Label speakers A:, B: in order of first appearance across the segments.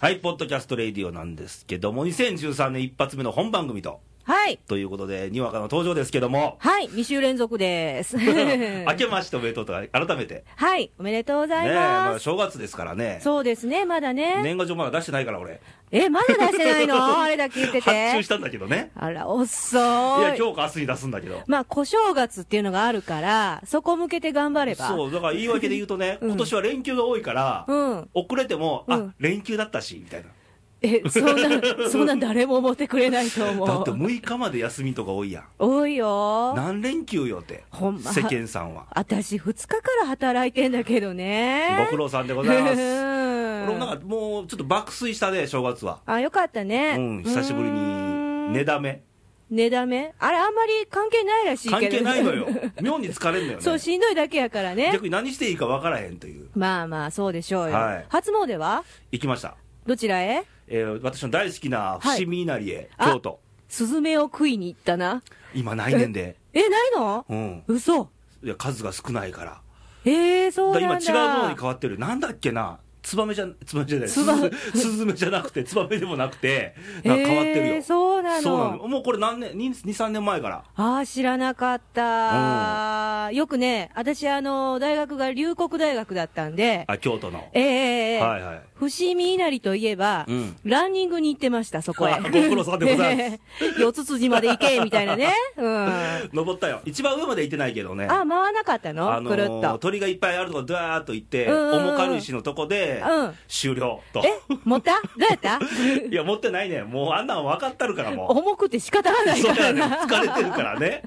A: はい、ポッドキャストレイディオなんですけども、2013年一発目の本番組と、
B: はい。
A: ということで、にわかの登場ですけど も、
B: はい。2週連続です。
A: 明けましておめでとうと、改めて。
B: はい。おめでとうござい
A: ねえま
B: ま
A: あ
B: す。
A: 正月ですからね。
B: そうですね、まだね。
A: 年賀状まだ出してないから、俺。
B: え、まだ出してな いのあれだけ言って
A: 発注
B: て
A: し。たんだけどね。
B: あら、遅
A: いや、
B: い。
A: 今日か明日に出すんだけど。
B: まあ、小正月っていうのがあるから、そこ向けて頑張れば。
A: そう、だから言い訳で言うとね、
B: うん
A: 今年は連休が多いから、
B: うん。
A: 遅れても、
B: う
A: あ
B: ん、
A: 連休だったし、みたいな。
B: え、そん な、そんな誰も思ってくれないと
A: だっ
B: 思
A: て
B: う。
A: 6日まで休みとか多いやん。
B: 多いよ。
A: 何連休よって、
B: ほんま
A: 世間さんは。
B: 私、2日から働いてんだけどね。
A: ご苦労さんでございます。
B: うん
A: 俺もなんかもうちょっと爆睡したね、正月は。
B: あ、よかったね。
A: うん、久しぶりに、寝
B: ね
A: だめ。
B: 寝だめあれ、あんまり関係ないらしいけど
A: 関係ないのよ。妙に疲れんのよ
B: そう、
A: ね。
B: しんどいだけやからね
A: 逆。に何していいか分からへんという。
B: まあまあ、そうでしょうよ。
A: はい
B: 初詣は
A: 行きました。
B: どちらへ
A: えー私の大好きな
B: はい
A: 伏見稲荷へ、
B: あ
A: 京都。
B: スズメを食いに行ったな。
A: 今ないねんで。
B: え、ないの
A: うん。
B: 嘘。
A: いや、数が少ないから。
B: えー、そ
A: だ
B: うなん
A: 今
B: だ。
A: 違うものに変わってる。なんだっけな。ツバメじゃ、ツバメじゃない。
B: ツバメ
A: スズスズメじゃなくて、ツバメでもなくて、なんか変わってるよ。
B: えー、そうなの。
A: そうなの。もうこれ何年、2、3年前から。
B: ああ、知らなかった。よくね、私、あの、大学が龍谷大学だったんで、
A: あ、京都の。
B: えええー
A: はいはい。
B: 伏見稲荷といえば、
A: うん
B: ランニングに行ってました、そこへ。。
A: ご苦労さんでございます
B: 四つ辻まで行け、みたいなね。うん。あ、
A: 登ったよ。一番上まで行ってないけどね。
B: 回らなかったの、
A: あの
B: くるっ
A: ー
B: と。
A: 鳥がいっぱいあるとこ、ドワーっと行って、
B: うんうんうん
A: 重軽石のとこで、
B: うん
A: 終了と。
B: え、持 ったどうやった
A: いや、持ってないね。もうあんなん分かったるから、も
B: 重くて仕方が
A: う。
B: ない
A: そ
B: か
A: うだ
B: ら
A: ね。
B: な。
A: 疲れてるからね。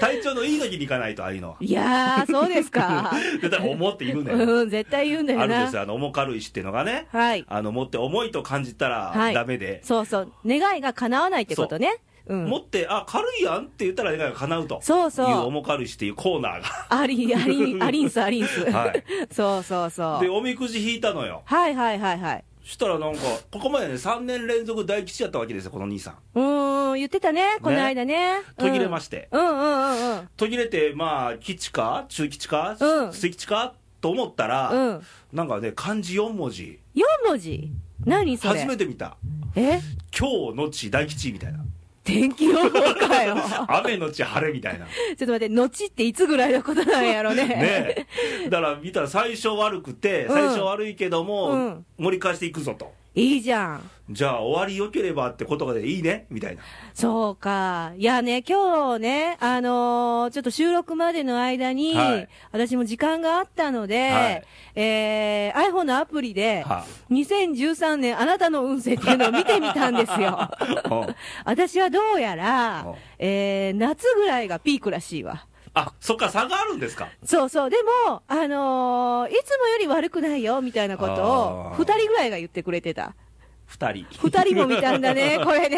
A: 体調のいい時に行かないと、ああいう のは。
B: いやー、そうですか。
A: で、多分思っているね。
B: うん、絶対言うんだよ
A: あ
B: な。
A: るんですよ、あの、重軽石っていうのがね。
B: はい。
A: あの、持って重いと感じた
B: は
A: ら
B: い
A: ダメで。
B: そうそう。願いが叶わないってことね。うん。
A: 持って、あ、軽いやんって言ったら願いが叶うと。
B: そうそう
A: いう重軽石っていうコーナーが。
B: あり、あ り、ありんす、ありんす。
A: はい
B: そうそうそ
A: で、
B: う。
A: おみくじ引いたのよ。
B: はいはいはいはい。
A: したらなんか、ここまでね、3年連続大吉やったわけですよ、この兄さん。
B: うーん、言ってたね、この間ね。
A: 途切れま
B: し
A: して。
B: た。うんうんうんうん。
A: 途切れて、まあ、吉か、中吉か、
B: うん
A: 末吉かと思ったら、
B: うん。
A: なんかね、漢字4文字、
B: 4文字何それ
A: 初めて見た。
B: え
A: 今日のち大吉みたいな。
B: 天気予報かよ。
A: 雨のち晴れみた いな。ね
B: ちょっと待って、後っていつぐらいのことなんやろね。
A: え。だから見たら最初悪くて、
B: うん
A: 最初悪いけども、
B: うん
A: 盛り返していくぞと。
B: いいじゃん。
A: じゃあ終わり良ければってことがでいいねみたいな。
B: そうか。いやね、今日ね、あのーちょっと収録までの間に、
A: はい
B: 私も時間があったので、
A: はい
B: えー、iPhone のアプリで、
A: は
B: 2013年あなたの運勢っていうのを見てみたんです よ。
A: うん
B: 私はどうやら
A: うん、
B: えー、夏ぐらいがピークらしいわ。
A: あ、そっか、差があるんですか。
B: そうそう。でも、あのーいつもより悪くないよ、みたいなことを
A: あ、ー
B: 二人ぐらいが言ってくれてた。
A: 二人。
B: 二人も見たんだ ね、これ
A: い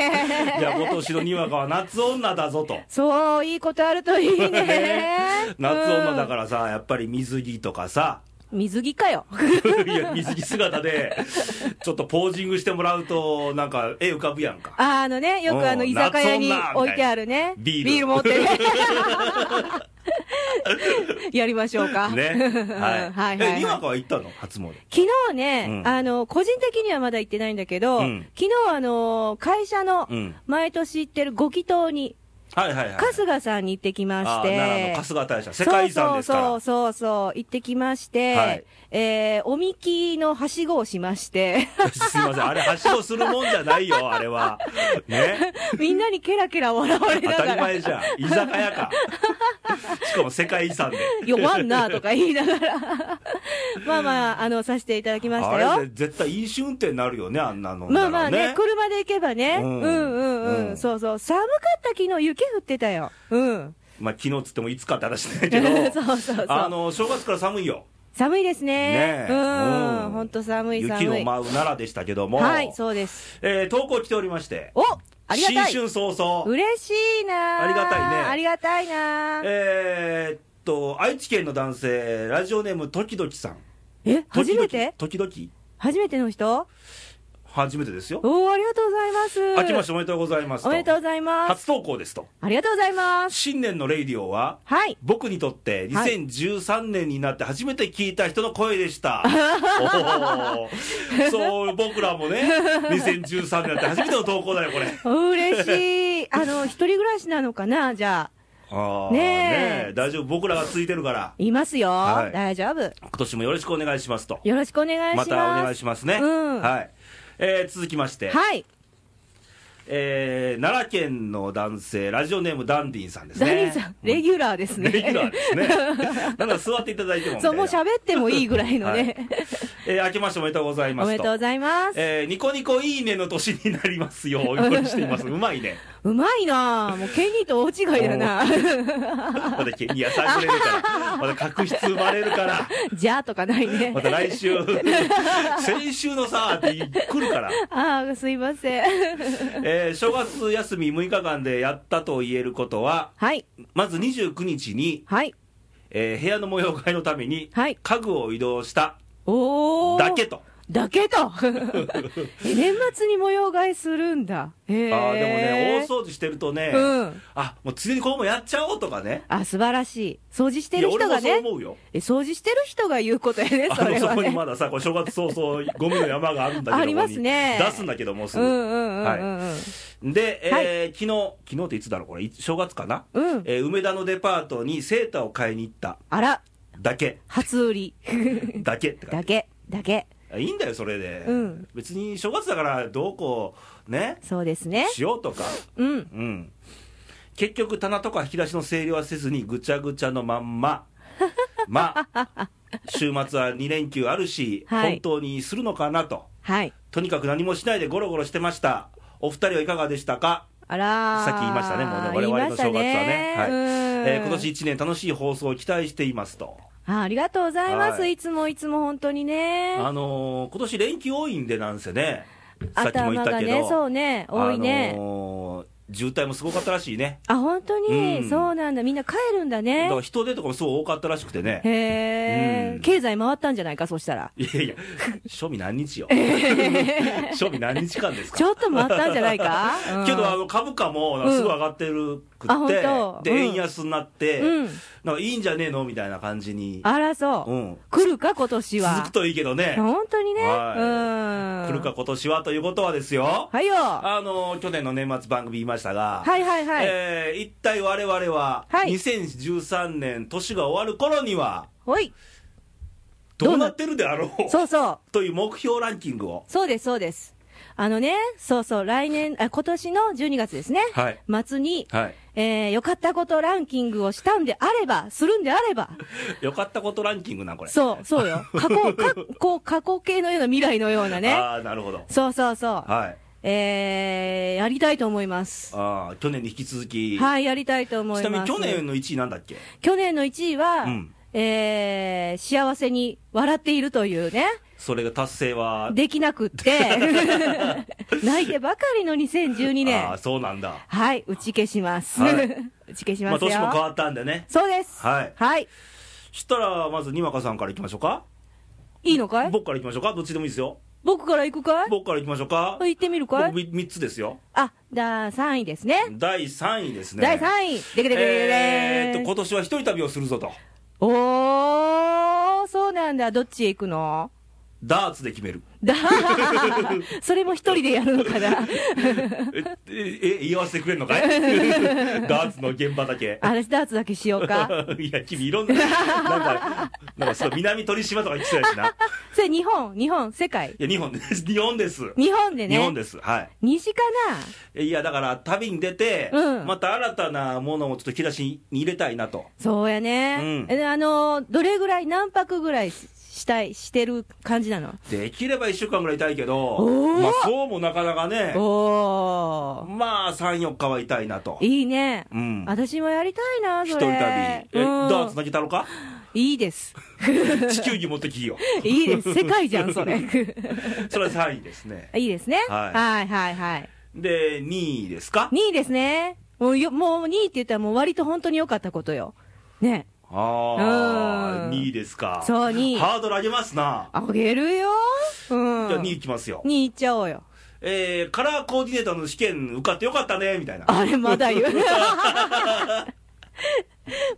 A: や、今
B: ね。
A: 年のにわかは夏女だぞと。
B: そう、いいことあるといい ね。
A: ね。夏女だかららさ、やっぱり水着とかさ、
B: 水着かよ。
A: いや、水着姿で、ちょっとポージングしてもらうと、なんか、絵浮かぶやんか。
B: あのね、よくあの、
A: うん
B: 居酒屋
A: 夏女み
B: に
A: たいな
B: 置いてあるね。
A: ビール
B: 持って ね。 やりましょうか。
A: ね。
B: はいはいはい
A: え、にわかは行ったの初詣。
B: 昨日ね、
A: うん
B: あの、個人的にはまだ行ってないんだけど、
A: うん
B: 昨日あの、会社の、
A: うん。
B: 毎年行ってるご祈祷に、
A: はいはいはい。
B: 春日さんに行ってきまし
A: あ
B: て。
A: 奈良の春日大社。世界遺産ですから。
B: そうそうそうそう、行ってきまして、
A: はい
B: えー、おみきのはしごをし まして、
A: すいません。あれ、はしごするもんじゃないよ、あれは。 ね。
B: みんなにケラケラ笑われ
A: 当
B: なが
A: たり
B: ら、
A: 前じゃん。居酒屋 か。しかも世界遺産で。
B: 弱んなとか言いながら、 まあまあ、あの、させていただきまし
A: あ
B: た
A: れ
B: よ。
A: ぜ絶対飲酒運転になるよね、あんなの。
B: まあまあね
A: なら
B: 車で行けばね、
A: う
B: うんん、うんうん
A: う
B: うんんそうそう、寒かった昨日雪降ってたよ。うん。
A: まあ、昨日つってもいつかって話だけど、
B: そうそうそう。
A: あの、正月から寒いよ。
B: 寒いですね
A: ね。え
B: う。
A: うんん
B: 本当寒い寒い。
A: 雪の舞う奈良でしたけども、
B: はい、そうです。
A: えー投稿来ておりまして、
B: おありがたい
A: 新春早々、
B: 嬉しいなー
A: ありがたいね
B: ありがたいなー
A: えーっと、愛知県の男性、ラジオネーム、ときどきさん。
B: え、初めて
A: 時々
B: 初めての人
A: 初めてですよ。
B: おー、ありがとうございます。
A: 明けましておめでとうございますと。
B: おめでとうございます。
A: 初投稿ですと。
B: ありがとうございます。
A: 新年のレイディオは、
B: はい。
A: 僕にとって
B: はい
A: 2013年になって初めて聞いた人の声で した、おーそう僕らもね2013年になって初めての投稿だ よこれ
B: お嬉しい。 あの、一人暮らしなのかなじゃあ。
A: あー
B: ねえ
A: え大丈夫僕らがついてるから
B: いますよ。
A: はい
B: 大丈夫。
A: 今年もよろしくお願いしますと
B: よろしくお願いしま。
A: ますたお願いしますね、
B: うん
A: はいえー続きまして、
B: はい。
A: えー奈良県の男性ラジオネームダンディンさんです
B: ダ
A: ね
B: ニーさん、レギュラーですね。
A: レギュラーですね なんか座っていただいてもみたいな
B: そう、もう喋ってもいいぐらいのね。
A: えー明けましておめでとうございま
B: お
A: す
B: めでとうございます。
A: えーニコニコいいねの年になりますよう、お祈りしています。うまい ね。
B: うまいなぁ。もう、ケニーと大違い だな
A: また県に優しくれるから、また確執生まれるから、
B: じゃあとかない ね
A: ま。た来 週、先週のさ、って来るから、
B: ああ、すいません。
A: えー正月休み6日間でやったと言えることは、
B: はい。
A: まず29日に、
B: はい。
A: えー部屋の模様替えのために、
B: はい。
A: 家具を移動した
B: おー。
A: だけ。と。
B: だけと。 え年末に模様替えするんだ。へえ。
A: あーでもね、大掃除してるとね、
B: うん。
A: あ、もうついにこれもやっちゃおうとかね。
B: あ、素晴らしい。掃除してる
A: いや
B: 人
A: 俺
B: が
A: もそう
B: ね。
A: 思うよ。
B: え掃除してる人が言うことやね、
A: あ
B: そ
A: の
B: れ
A: そ
B: は
A: こに
B: ね。
A: まださ、これ正月早々、ゴミの山があるんだけど、
B: ありますね
A: ここに出すんだけど、もうす
B: うん
A: ぐ。
B: うんうんうんうん。
A: で、えー昨日昨日っていつだろう、これ、い正月かな、
B: うん。
A: えー梅田のデパートにセーターを買いに行った
B: あら、
A: だけ、
B: 初売り。
A: だけって感
B: だけ、だけ。
A: じ、いいんだよ、それで、
B: うん
A: 別に正月だから、どうこうね、
B: そうですね。
A: しようとか、
B: うん。
A: うん、結局、棚とか引き出しの整理はせずに、ぐちゃぐちゃのまん ま、まあ、週末は2連休あるし、
B: はい
A: 本当にするのかなと。
B: はい。
A: とにかく何もしないでゴロゴロしてました。お二人はいかがでしたか、
B: あらー
A: さっき言いましたねもうね我々の正月はね
B: 言いました
A: はいえ
B: うん
A: ー今年1年楽しい放送を期待していますと。
B: あありがとうございます、、
A: はいい
B: つもいつも本当にね、
A: あのー今年連休多いんでなんせね、さっきも言
B: 頭
A: った
B: が
A: け
B: ね、
A: ど、
B: そうね、多い
A: あ
B: ね、
A: のー渋滞もすごかったらしいね。
B: あ本当に、
A: うん
B: そうなんだ、みんな帰るんだ
A: だ
B: ね
A: か、ら人出とかもすごい多かったらしくてね。
B: へえ、
A: うん
B: 経済回ったんじゃないか、そしたら、
A: いやいや、庶民何日よ。 庶民何日間ですか
B: ちょっと回ったんじゃないか、 うん
A: けどあの株価もなんかすごい上がってるく
B: うんあ
A: って、
B: 本当
A: で
B: うん
A: 円安になって、
B: うん、
A: なんかいいんじゃねえのみたいな感じに、
B: あらそう、
A: うん、
B: 来るか、今年は、
A: 続くといいけどね、
B: 本当にね、
A: は
B: う
A: 来
B: ん、
A: るか、今年はということはですよ、
B: はいよ、は
A: あの去年の年末番組言いましたが、
B: いはいはい、
A: えー一体我々は、
B: はい
A: 2013年、年が終わる頃には、
B: ほい、
A: どうなってるであろう
B: そうそう。
A: という目標ランキングを、
B: そうです、そうです。あのね、そうそう、来年、あ今年の12月ですね、
A: はい、
B: 末に、
A: はい、
B: えー、良かったことランキングをしたんであれば、するんであれば、
A: よかったことランキングな、これ、
B: そう、そ うよ。過去、過去、過去形のような未来のようなね。
A: ああ、なるほど、
B: そうそうそう。
A: はい、
B: えー、やりたいと思います。
A: あー去年に引き続き、
B: はい、やりたいと思います。
A: ちなみに去年の1位なんだっけ、
B: 去年の1位は、
A: うん
B: えー、幸せに笑っているというね、
A: それが達成は、
B: できなく って、泣いてばかりの2012年。
A: ああ、そうなんだ、
B: はい、打ち消します。
A: は
B: 打ち消し
A: ま
B: ま
A: あ、
B: すよ。
A: 年も変わったんでね。
B: そうです。
A: はい
B: はい。
A: そしたら、まず、にわかさんからいきましょうか。
B: いいのかい
A: 僕からいきましょうか。どっちでもいいですよ。
B: 僕から行くかい
A: 僕からいきましょうか。
B: 行ってみるか
A: 僕
B: い
A: み3つですよ。
B: あ、だ、3位ですね。
A: 第3位ですね。
B: 第3位。でけでけでけで
A: えーっと、
B: け
A: 今年は一人旅をするぞと。
B: おー、そうなんだ。どっちへ行くの
A: ダーツで決める。
B: だ それも一人でやるのかな。
A: え、 え、え言わせてくれるのかい ダーツの現場だけ。
B: あれ、ダーツだけしよう か。
A: いや、君いろんな、なんか、なんかそう、南鳥島とか行きそうやしな。い
B: それ、日本、日本、世界。
A: や、日本です。 日本です。
B: 日本でね。
A: 日本です。はい。
B: 西か
A: えいや、だから、旅に出て、
B: うん
A: また新たなものをちょっと引き出しに入れたいなと。
B: なそうやね。
A: うん
B: えあの、どれぐらい、何泊ぐらいししたい、してる感じなの
A: できれば1週間ぐらいいたいけど
B: お、ー
A: まあ、そうもなかなかね、
B: おー
A: まあ3、4日はいたいなと、
B: いいね、
A: うん、
B: 私もやりたいな、
A: 一
B: そ
A: 人
B: れ。
A: 旅、え
B: うん
A: ダーツ投げたのか、
B: いいです。
A: 地球儀持ってきいよ、
B: いいです。世界じゃん、それ。
A: それは3位ですね、
B: いいですね。
A: は
B: は、
A: いい
B: はい、はいはい
A: で2位ですか、
B: 2位ですね。もうよ、もう2位って言ったらもう割と本当に良かったことよ。ね。
A: ああ、
B: うん
A: 2位ですか。
B: そう、2位。
A: ハードル上げますな。
B: あげるよ。うん。
A: じゃあ2位いきますよ。
B: に行っちゃおうよ。
A: えー、カラーコーディネーターの試験受かってよかったね、みたいな。
B: あれ、まだ言う。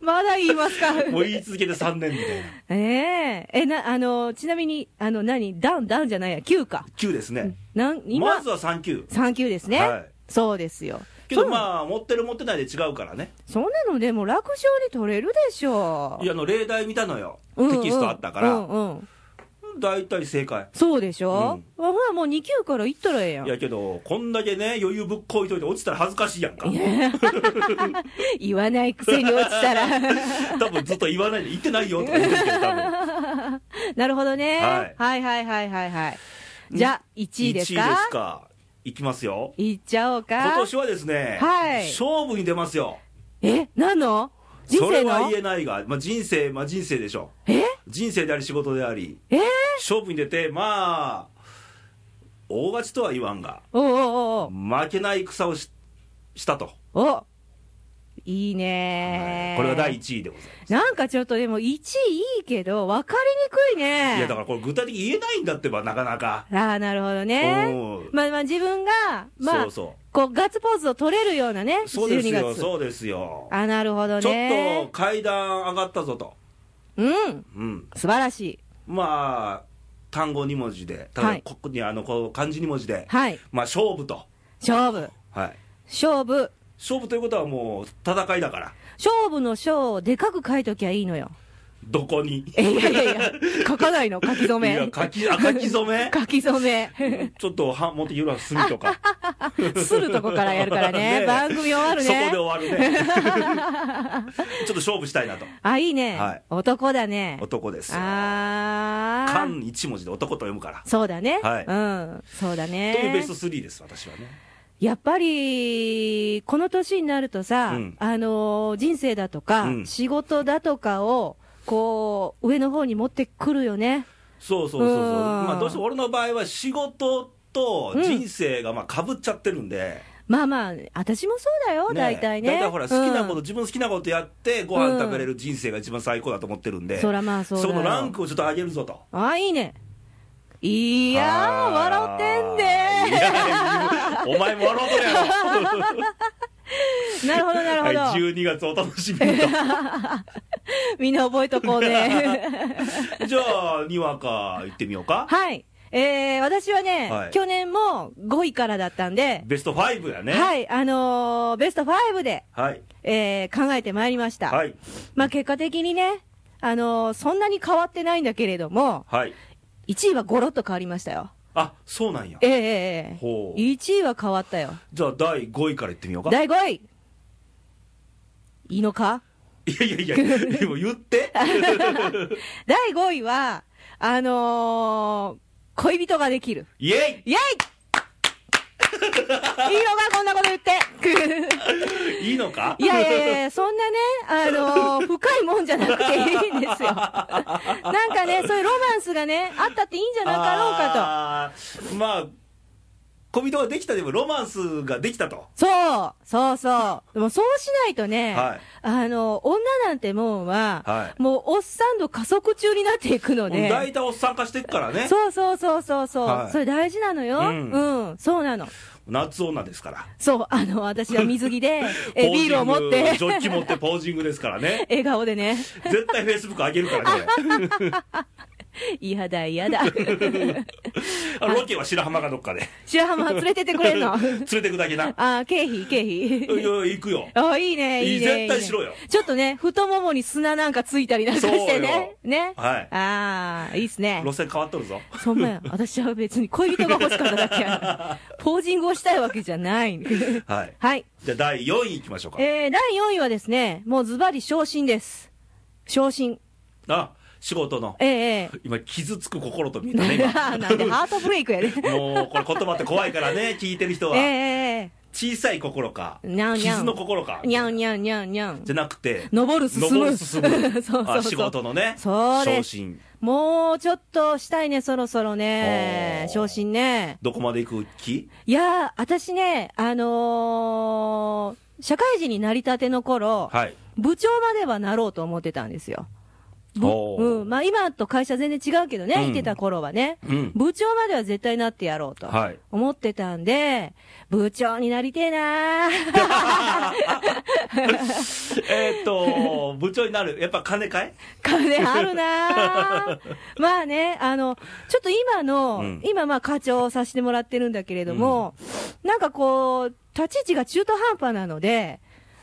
B: まだ言いますか。
A: もう言い続けて3年みたいな。
B: えええ、な、あの、ちなみに、あの、何ダウン、ダウンじゃないや、9か。
A: 9ですね。
B: なん、
A: ま
B: 今、
A: ずは3級。
B: 3級ですね。
A: はい
B: そうですよ。
A: けど
B: そう
A: まあ、持ってる持ってないで違うからね。
B: そんなのでも楽勝に取れるでしょ
A: いや、あの、例題見たのよ。
B: うんうん
A: テキストあったか
B: うん
A: ら。
B: うん
A: 大体正解。
B: そうでしょ、うほらもう2級から行ったらええやん
A: いやけど、こんだけね、余裕ぶっこいといて落ちたら恥ずかしいやんか。
B: 言わないくせに落ち たら
A: 多分ずっと言わないで、言ってないよとか言ってるけど、多分。
B: なるほどね、
A: はい
B: はいはいはいはいはいじゃあ1位ですか
A: 1位ですか。いきますよ。
B: いっちゃおうか
A: 今年はですね、
B: はい
A: 勝負に出ますよ。
B: え何の人
A: それ
B: 生
A: は
B: の
A: 言えないが、まあ、人生、まあ、人生でしょ
B: え
A: 人生であり仕事であり、
B: えー
A: 勝負に出て、まあ、大勝ちとは言わんが、
B: おうおう
A: 負けない戦をししたと、
B: おうおおいいね
A: はいこれが第1位でございます。
B: なんかちょっとでも1位いいけど分かりにくいね
A: いやだからこれ具体的に言えないんだってばなかなか、
B: ああなるほどね
A: うん
B: まあまあ自分がまあ
A: そうそ
B: こうガッツポーズを取れるようなね
A: うそうです
B: 12
A: よ
B: 月
A: そうですよ
B: あなるほど
A: ちょっと
B: ね
A: 階段上がったぞと、
B: うん
A: うん、
B: 素晴らしい
A: まあ単語2文字でた
B: は
A: だ
B: い
A: ここにあのこう漢字2文字で、
B: はい
A: まあ勝負と、
B: 勝負
A: はい、
B: 勝負
A: 勝負ということはもう戦いだから
B: 勝負の章をでかく書いときゃいいのよ
A: どこに
B: えいやいやいや書かないの書き初
A: い
B: め
A: や書きあ書き初め
B: 書き初め
A: ちょっとは持ってきてほら墨と か
B: するとこからやるからね
A: ね
B: 番組終わる
A: そこで
B: ね
A: 終わる ねちょっと勝負したいなと
B: あいいね、
A: はい
B: 男だね
A: 男ですよ
B: ああ
A: 漢1文字で男と読むから
B: そうだね、
A: はい
B: うんそうだね
A: というベスト3です私はね
B: やっぱり、この年になるとさ、
A: うん
B: あのー人生だとか、
A: うん
B: 仕事だとかを、こう、上の方に持ってくるよね。
A: そうそうそうそう
B: うん
A: まあどうしても俺の場合は仕事と人生がまあ被っちゃってるんで、
B: まあまあ、私もそうだよ、大体ね。
A: 大体ほら好きなこと、
B: うん
A: 自分好きなことやってご飯食べれる人生が一番最高だと思ってるんで、
B: そらまあそうだ
A: そ
B: よ。
A: のランクをちょっと上げるぞと。
B: ああ、いいね。いやー、笑ってんで
A: いやお前も笑うとるや
B: なるほど、なる
A: ろ。
B: ほ
A: はい、
B: ど。
A: 12月お楽 しみにと。
B: みんな覚えとこう ね。
A: じゃあ、にわか行ってみようか。
B: はい。えー、私はね、
A: はい
B: 去年も5位からだったんで、
A: ベスト5やね。
B: はい、あのーベスト5で、
A: はい。
B: えー考えてまいりました。
A: はい。
B: まあ結果的にね、あのーそんなに変わってないんだけれども、
A: はい。
B: 1位はゴロッと変わりましたよ。
A: あ、そうなんや。
B: ええええええ
A: ほう。
B: 1位は変わったよ。
A: じゃあ、第5位から行ってみようか。
B: 第5位。いいのか
A: いやいやいや、でも言っ て。
B: 第5位は、あのー恋人ができる。
A: イェ
B: イェイいいのかこんなこと言って。
A: イいいのか
B: いやいやいや、そんなね、あのー深いもんじゃなくていいんですよ。 なんかね、そういうロマンスがね、あったっていいんじゃなかろうか
A: あーまあ、小人ができたでもロマンスができたと。
B: と。そう、そうそう。でもそうしないとね、
A: はい
B: あの、女なんてもんは、
A: は
B: もうおっさんの加速中になっていくので、
A: 大体おっさん化してっからね。
B: そうそうそうそうそう、
A: はい
B: それ大事なのよ、
A: う
B: うんん、そうなの。
A: 夏女ですから。
B: そう、あの、私は水着で、え
A: ポジン
B: ビー
A: グ
B: ルを持って
A: ジ、ョッキ持ってポージングですからね。
B: 笑顔でね、
A: 絶対フェイスブック上げるからね。
B: 嫌だ 嫌だ。
A: あのロケは白浜かどっかで。
B: 白浜連れてってくれんの
A: 連れてくだ けな。い
B: あー経費、経
A: やい
B: 費。
A: や行くよ。
B: あいいね、いい
A: 絶
B: ね。
A: 対しろよ
B: いいねちょっとね、太ももに砂なんかついたりなんかしてね。ね。
A: はい
B: ああ、いいっすね
A: 路。線変わっとるぞ。
B: そんなや、私は別に恋人が欲しかっただけ や。ポージングをしたいわけじゃない。
A: はい。
B: はい。
A: じゃあ第4位行きましょうか。
B: えー、第4位はですね、もうズバリ昇進です。昇進。
A: あ、仕事の。
B: えええ
A: 今、傷つく心と見え
B: え
A: た ね、
B: なんでハートブレイクやね。
A: 今。 もう、これ言葉って怖いからね、聞いてる人
B: ええ
A: は。
B: え
A: 小さい心か、
B: にゃんにゃん
A: 傷の心か
B: え。にゃんにゃんにゃんにゃん
A: じ。ゃなくて、
B: 登る進む。
A: 登る進む。
B: そうそうそう
A: あ仕事のね、
B: そうで
A: 昇
B: す
A: 進。
B: もうちょっとしたいね、そろそろね
A: お。ー
B: 昇進ね。
A: どこまで行く気
B: いやー、私ね、あのー社会人になりたての頃、
A: はい。
B: 部長まではなろうと思ってたんですよ。ぶ
A: おー
B: うん。まあ今と会社全然違うけどね、
A: うん
B: 行ってた頃はね。
A: うん。
B: 部長までは絶対なってやろうと
A: はい
B: 思ってたんで、部長になりてえなー
A: えーっと、部長になる。やっぱ金かい
B: 金あるなーまあね、あの、ちょっと今の、
A: うん
B: 今まあ課長をさせてもらってるんだけれども、なんかこう、立ち位置が中途半端なので、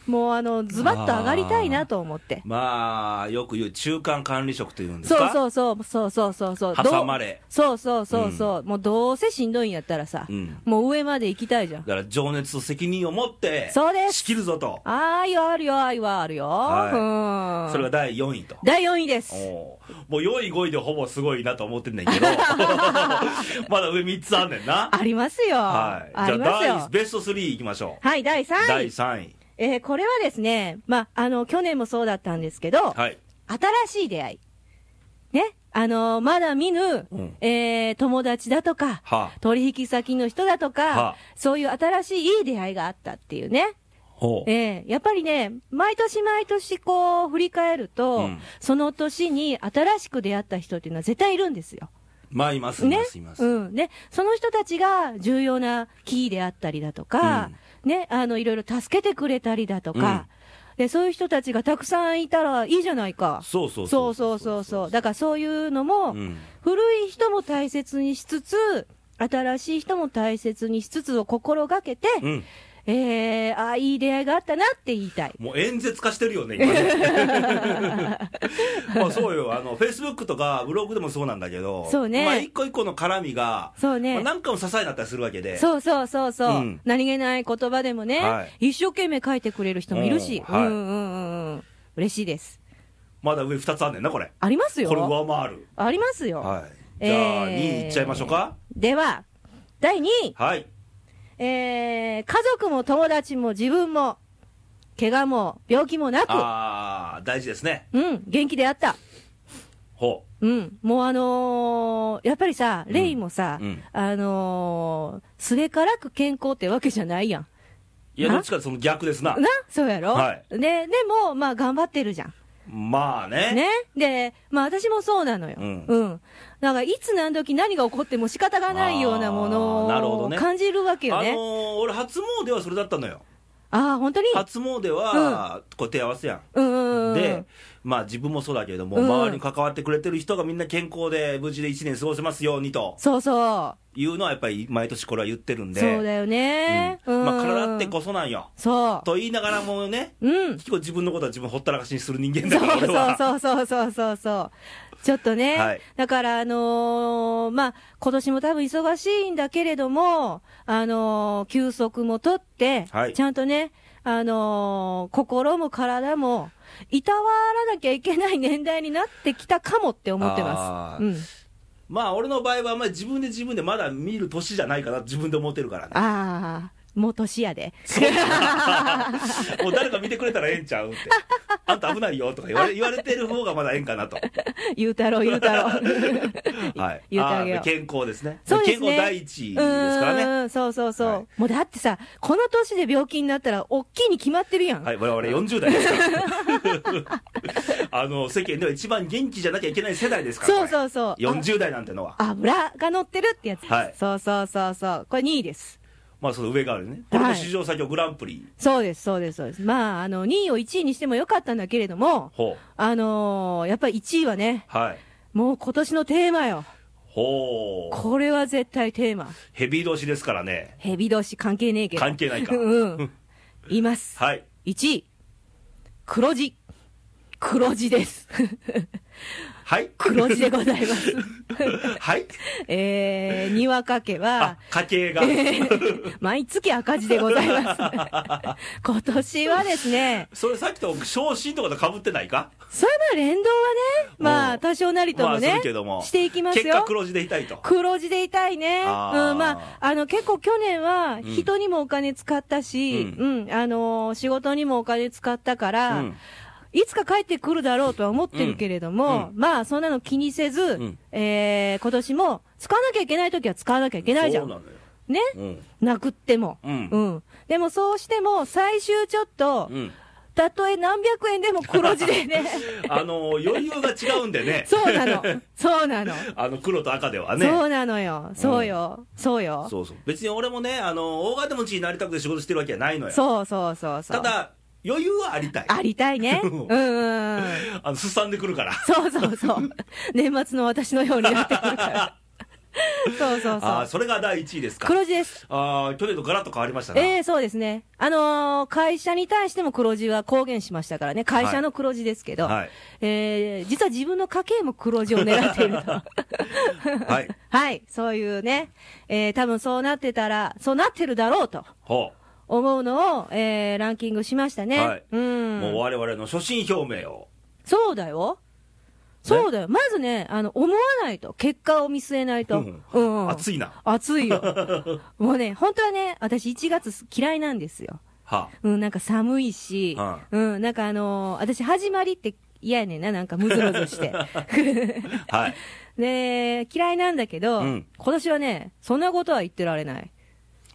B: もうあの、ズバッと上がりたいなと思って。
A: まあ、よく言う中間管理職というんです
B: そ
A: か
B: うそうそう、そうそうそうそう。どう
A: 挟まれ
B: そうそうそうそう。もうどうせしんどいんやったらさ、
A: うん
B: もう上まで行きたいじゃん。
A: だから情熱と責任を持って、
B: そうです
A: 仕切るぞと。
B: あーよ、あるよ、愛はあるよ。
A: は
B: うん。
A: それが第4位と。
B: 第4位です。
A: おーもう4位、5位でほぼすごいなと思ってんねん けど、まだ上3つあんねんな。
B: ありますよ。
A: はい。
B: あ
A: じゃ
B: ります
A: あ
B: よ
A: 第、。ベスト3いきましょ
B: はい、第3
A: う。
B: 位。
A: 第3位。
B: えーこれはですね、まあ、あの、去年もそうだったんですけど、
A: はい。
B: 新しい出会い。ね。あの、まだ見ぬ、
A: うん
B: えー友達だとか、
A: は
B: 取引先の人だとか、
A: はあ
B: そういう新しいいい出会いがあったっていうね。
A: あ。ほう。
B: ええやっぱりね、毎年毎年こう振り返ると、
A: うん
B: その年に新しく出会った人っていうのは絶対いるんですよ。
A: まあ、います、い
B: ね
A: ます、いま。
B: う
A: す。
B: ん。ね。その人たちが重要なキーであったりだとか、ね、あの、いろいろ助けてくれたりだとか、で、そういう人たちがたくさんいたらいいじゃないか。
A: そうそう
B: そうそうそうそう。だからそういうの
A: う
B: も、
A: ん。
B: 古い人も大切にしつつ、新しい人も大切にしつつを心がけて、
A: うん。
B: えー、ああ、いい出会いがあったなって言いたい。
A: もう演説化してるよね、今ね。 まあそうよ、あの、フェイスブックとかブログでもそうなんだけど、
B: そうね
A: まあ一個一個の絡みが、
B: そうね
A: まあ、なんかの支えになったりするわけで、
B: そうそうそうそう、
A: うん
B: 何気ない言葉でもね、
A: は
B: 一生懸命書いてくれる人もいるし、
A: うんはい
B: うんうんうんうん、嬉しいです。
A: まだ上2つあんねんな、これ。
B: ありますよ。
A: これ上回る。
B: ありますよ。
A: はい。じゃあ、
B: えー
A: 2位いっちゃいましょうか。
B: では、第2位、
A: はい。
B: えー、家族も友達も自分も、怪我も病気もなく、
A: ああ、大事ですね。
B: うん、元気であった。
A: ほ
B: うん、もうあのーやっぱりさ、レイもさ、
A: うん
B: あのーすべからく健康ってわけじゃないやん。
A: う。いや、
B: な
A: どっちかってその逆ですな。
B: なそうやろ、
A: はい
B: ね、でも、まあ頑張ってるじゃん。
A: まあね。
B: ね。で、まあ私もそうなのよ。
A: う
B: うんん。だからいつ何時何が起こっても仕方がないようなも
A: あーなるほ
B: の
A: ど
B: を
A: ね
B: 感じるわけ
A: あの
B: よね。
A: ー俺、初詣はそれだったのよ。
B: ああ、本当に
A: 初詣は、こう手合わせやん。
B: うんうんうん。
A: で、まあ自分もそうだけれども、
B: うん
A: 周りに関わってくれてる人がみんな健康で無事で1年過ごせますようにと
B: そうそう。
A: いうのはやっぱり毎年これは言ってるんで。
B: そうだよね。
A: う
B: うんん。
A: まあ体ってこそなんよ。
B: そ
A: と言いながらもね、
B: う。うん。
A: 結構自分のことは自分ほったらかしにする人間だから俺は。
B: そうそうそうそうそうそう。ちょっとね、
A: はい
B: だから、あのーまあ、今年も多分忙しいんだけれども、あのー休息もとって、
A: はい
B: ちゃんとね、あのー心も体も、いたわらなきゃいけない年代になってきたかもって思ってま
A: あ
B: す。
A: ー
B: うん、
A: まあ俺の場合はあんまり自分で自分でまだ見る年じゃないかな自分で思ってる からね。
B: あー、もう年やで。
A: もう誰か見てくれたらええんちゃうって。あんた危ないよとか言 われ言われてる方がまだええんかなと。
B: 言うたろう、言うたろう。
A: はい。
B: 言うてあげよう
A: ー健康ですね。
B: そうです
A: 健
B: ね
A: 康第一ですからね。
B: うん、そうそうそう。
A: はい
B: もうだってさ、この年で病気になったら、おっきいに決まってるやん。
A: はい、我々40代ですから。あ の、世間では一番元気じゃなきゃいけない世代ですから。
B: そう
A: う。
B: そうそう。
A: 40代なんてのは。
B: あ油が乗ってるってやつです。
A: はい
B: そうそうそうそう。これ2位です。
A: まあ、その上があるね。これも史上最強グランプリ。
B: そうです、そうです、そうです。まあ、あの、2位を1位にしてもよかったんだけれども、
A: ほう。
B: あのーやっぱり1位はね、
A: はい。
B: もう今年のテーマよ。
A: ほう。
B: これは絶対テーマ。
A: ヘビー同士ですからね。
B: ヘビ同士関係ねえけど。
A: 関係ないか
B: うん。言います。
A: はい。
B: 1位。黒字。黒字です。
A: はい。
B: 黒字でござ います。
A: はい。
B: えー、にわかけは
A: あ、、家計が。
B: 毎月赤字でござい ます。今年はですね、
A: それさっきと昇進とかと被ってないか
B: それは連動はね、ま
A: うん
B: あ、多少なりとも
A: まあす
B: ね、
A: るけども
B: していきます
A: 結果
B: よ。
A: 黒字でいたいと。
B: 黒字でいたいね。うん、
A: あー
B: まあ、あの、結構去年は、
A: ん
B: 人にもお金使ったし、
A: う
B: うん、あのー仕事にもお金使ったから、
A: うん
B: いつか帰ってくるだろうとは思ってるけれども、まあ、そんなの気にせず、
A: ん
B: えー、今年も、使わなきゃいけない時は使わなきゃいけないじゃん。
A: そうなのよ。
B: ね、
A: うん。
B: なくっても。
A: うん
B: でもそうしても、最終ちょっと、
A: うん。
B: たとえ何百円でも黒字で ね。
A: あの余裕が違うんでね、
B: そうなの。そうなの。
A: あの黒と赤ではね。
B: そうなのよ。そうよ。そうよ。
A: そうそう別に俺もね、あの大金持ちになりたくて仕事してるわけじゃないのよ。
B: そうそうそうそう。
A: ただ、余裕はありたい。
B: ありたいね。うんうん。
A: あの、すさんでくるから。
B: そうそ うそう。年末の私のようになってくるから。そうそうそ
A: あー
B: う。
A: それが第1位ですか。
B: 黒字です。
A: あー去年とガラッと変わりましたな。
B: ええそうですね。あのー会社に対しても黒字は公言しましたからね。会社の黒字ですけど。
A: はい。
B: えー実は自分の家計も黒字を狙っていると。
A: はい。
B: はい。そういうね。えー多分そうなってたら、そうなってるだろうと
A: ほ
B: 思うのを、えーランキングしましたね。
A: はい
B: うん
A: う。。もう我々の所信表明を。
B: そうだよ。そうだよ。まずね、あの、思わないと。結果を見据えないと。
A: うん
B: うん。
A: 熱いな。
B: 暑 いよ。もうね、本当はね、私1月嫌いなんですよ。
A: は
B: うん、なんか寒いし、
A: は
B: うん、なんかあのー私始まりって嫌やねんな、なんかムズムズ して。
A: あはい。
B: で、嫌いなんだけど、
A: うん
B: 今年はね、そんなことは言ってられない。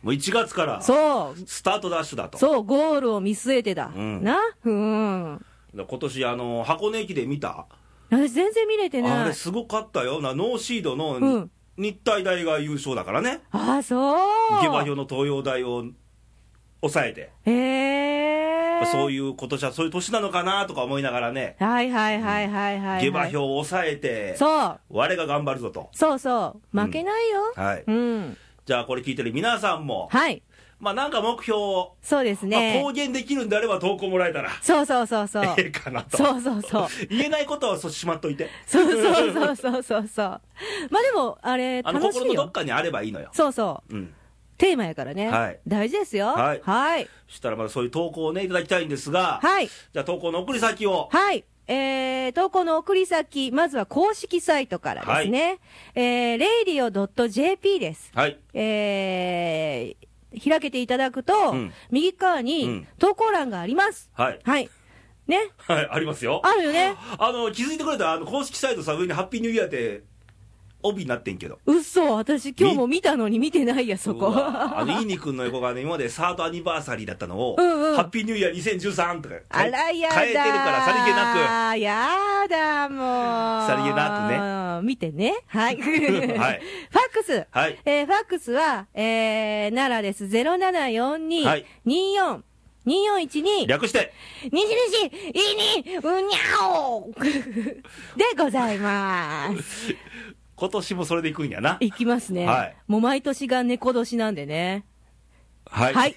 A: もう1月から、
B: そう、
A: スタートダッシュだと。
B: そう、ゴールを見据えてだ。
A: うん
B: なうん。
A: 今年、あの、箱根駅で見た。
B: 私全然見れて
A: あ
B: ない
A: れ。すごかったよ。な、ノーシードの、
B: うん
A: 日体大が優勝だからね。
B: ああ、そう。
A: 下馬評の東洋大を抑えて。
B: へ
A: やっ
B: え。
A: ぱそう
B: い
A: いう今年はそういう年なのかなとか思いながらね、
B: う。はいはいはいはいはい、はい。
A: 下馬評を抑えて、
B: そう。
A: 我が頑張るぞと。
B: そうそう。負けないよ。
A: はい。
B: うん。
A: じゃあこれ聞いてる皆さんも、
B: はい。
A: まあなんか目標を、
B: そうです
A: まあ、
B: ね
A: 公。言できるんであれば投稿もらえたら、
B: そうそうそうそう。
A: ええかなと。
B: そうそうそう。
A: 言えないことはそうしまっといて。
B: そうそうそうそうそうそう。まあでも、あれ、
A: あの、
B: 楽し
A: 心
B: い
A: のどっ
B: よ。
A: かにあればいいのよ。
B: そうそう。
A: うん。
B: テーマやからね。
A: はい
B: 大事ですよ。
A: はい
B: はい。
A: そしたらまだそういう投稿をね、いただきたいんですが、
B: はい。
A: じゃあ投稿の送り先を、
B: はい。えー、投稿の送り先、まずは公式サイトからですね。えー、radio.jp です。
A: はい。
B: えー、開けていただくと、
A: うん
B: 右側
A: う
B: に
A: ん
B: 投稿欄があります。
A: はい。
B: はい。ね。
A: はい、ありますよ。
B: あるよね。
A: あの、気づいてくれたあの、公式サイトさ、上にハッピーニューイヤーって、帯になってんけど。
B: 嘘私今日も見たのに見てないや、そうこ。
A: わあの、イーニ君の横がね、今までサードアニバーサリーだったのを、
B: うんうん
A: ハッピーニューイヤー2013とか、
B: あらやだー
A: 変えてるから、さりげな
B: あーやだもう。
A: さりげな
B: くね。見てね。はい。
A: はい
B: ファックス。
A: く。はい。
B: えーファックスは、えー、奈良です。0742-24-2412、
A: はい
B: 24
A: 略して、
B: にしにし、いに、うに ゃおでございます。
A: 今年もそれでいくんやな。
B: いきますね。
A: はい
B: もう毎年が猫年なんでね。
A: は
B: はい。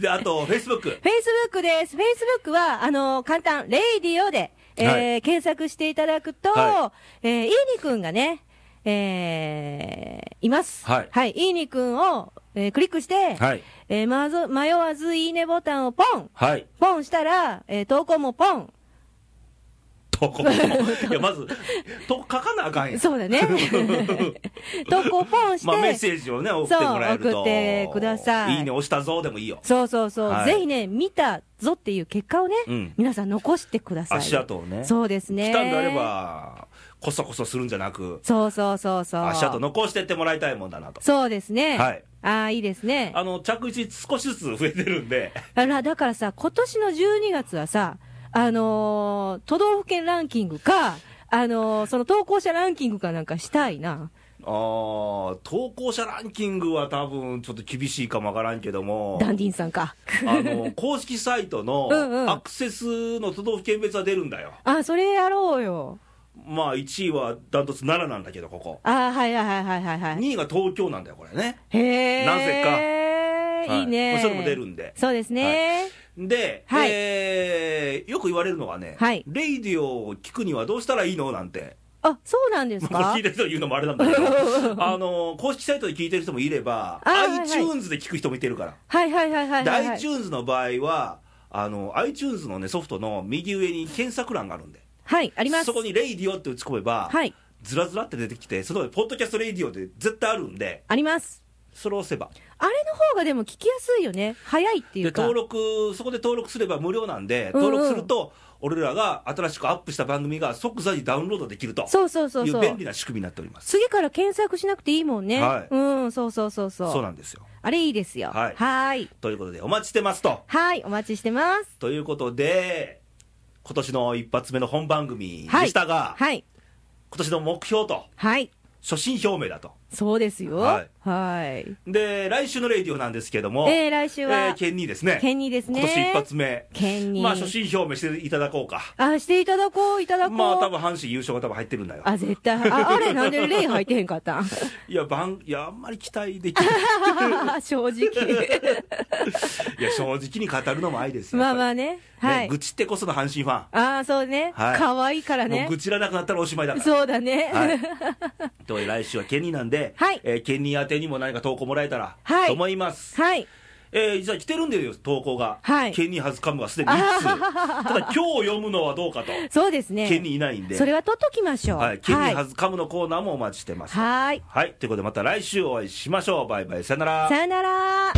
A: で、あと、フェイスブック。
B: フェイスブックです。フェイスブックは、あの簡単、レイディオで、えー
A: はい
B: 検索していただくと、
A: は
B: えー、いいにくんがね、えーいます。
A: はい
B: はい、いいにくんを、えークリックして、
A: はい。
B: えーまず、迷わずいいねボタンをポン
A: はい。
B: ポンしたら、えー投稿もポン
A: とこも。いや、まず、と、書かなあかんやん。
B: そうだね。 投稿ポンして、
A: まあ、メッセージをね、送ってもらえると。
B: そう送ってください
A: いいね、押したぞ、でもいいよ。
B: そうそうそう、
A: はい
B: ぜひね、見たぞっていう結果をね、
A: うん
B: 皆さん残してください。
A: 足跡をね。
B: そうですね。
A: 来たんであれば、こそこそするんじゃなく、
B: そうそうそうそう。
A: 足跡残してってもらいたいもんだなと。
B: そうですね。
A: はい
B: ああ、いいですね。
A: あの、着実に少しずつ増えてるんで、
B: あら、だからさ、今年の12月はさ、あのー都道府県ランキングか、あのーその投稿者ランキングかなんかしたいな。
A: あー投稿者ランキングは多分ちょっと厳しいかもわからんけども、
B: ダンディンさんか。
A: あの、公式サイト
B: うんうん
A: のアクセスの都道府県別は出るんだよ。
B: あ、それやろうよ。
A: まあ、1位はダントツ奈良なんだけど、ここ。
B: あーはいはいはいはいはいはい。
A: 2位が東京なんだよ、これね。
B: へえ。
A: なぜか
B: いいね、
A: はいそれも出るんで
B: そうですね。
A: で、
B: はい
A: えーよく言われるのがね、
B: はい
A: レイディオを聞くにはどうしたらいいのなんて、
B: あ、そうなんです
A: まあこ
B: か
A: れ聞いてる人言うのもあれなんだけ ど、あの、公式サイトで聞いてる人もいれば、
B: あはいはい
A: iTunes で聞く人もいてるから。
B: はいはいはいはい
A: で、
B: はいはい。
A: iTunes の場合は、あの、iTunes のね、ソフトの右上に検索欄があるんで、
B: はい、あります。
A: そこにレイディオって打ち込めば、
B: はい、
A: ずらずらって出てきて、そのポッドキャストレイディオって絶対あるんで、
B: あります。
A: それを押せば。
B: あれの方がでも聞きやすいよね。早いってい
A: で、
B: うか。
A: 登録、そこで登録すれば無料なんで、
B: うんうん
A: 登録すると、俺らが新しくアップした番組が即座にダウンロードできると
B: そうそうそう
A: い
B: そうう。
A: 便利な仕組みになっております。
B: 次から検索しなくていいもんね。
A: はい
B: うん、そうそうそうそう。
A: そうなんですよ。
B: あれいいですよ。
A: はい
B: ーい。
A: ということで、お待ちしてますと。
B: はい、お待ちしてます。
A: ということで、今年の一発目の本番組で
B: はい
A: したが、
B: はい。
A: 今年の目標と、
B: はい。
A: 初心表明だと。
B: そうですよ。
A: は
B: はいい。
A: で、来週のレイディオなんですけども、
B: えー、来週は、
A: えーケンニーですね。
B: ケンニーですね。
A: 今年一。発目。
B: ケンニー。
A: まあ、初心表明していただこうか。
B: あ、していただこう、いただこう。
A: まあ、多分阪神優勝が多分入ってるんだよ。
B: あ、絶対。あ、あれ、なんでレイ入ってへんか ったん
A: いや、番、いや、あんまり期待でき ない。
B: 正直。
A: いや、正直に語るのも愛ですよ。
B: まあま
A: やっ
B: あね。
A: ぱり
B: は
A: ね
B: い。
A: 愚痴ってこその阪神ファン。
B: ああ、そうね。
A: はい
B: 可、愛、い、から
A: も
B: ね
A: う。愚痴らなくなったらおしまいだから。
B: そうだね。
A: はい。ということで来週はケニーなんで、
B: はい
A: えーケニー宛てにも何か投稿もらえたら、
B: はい
A: と思います。
B: はい。
A: えー実は来てるんですよ、投稿が。
B: はい
A: ケニーはずかむはすでに1通。 ただ今日読むのはどうかと。
B: そうですね。
A: ケニーいないんで。
B: それは取っときましょう。
A: はい。ケニーはずかむのコーナーもお待ちしてます。
B: はい。
A: はい。ということでまた来週お会いしましょう。バイバイ。さよなら。
B: さよなら。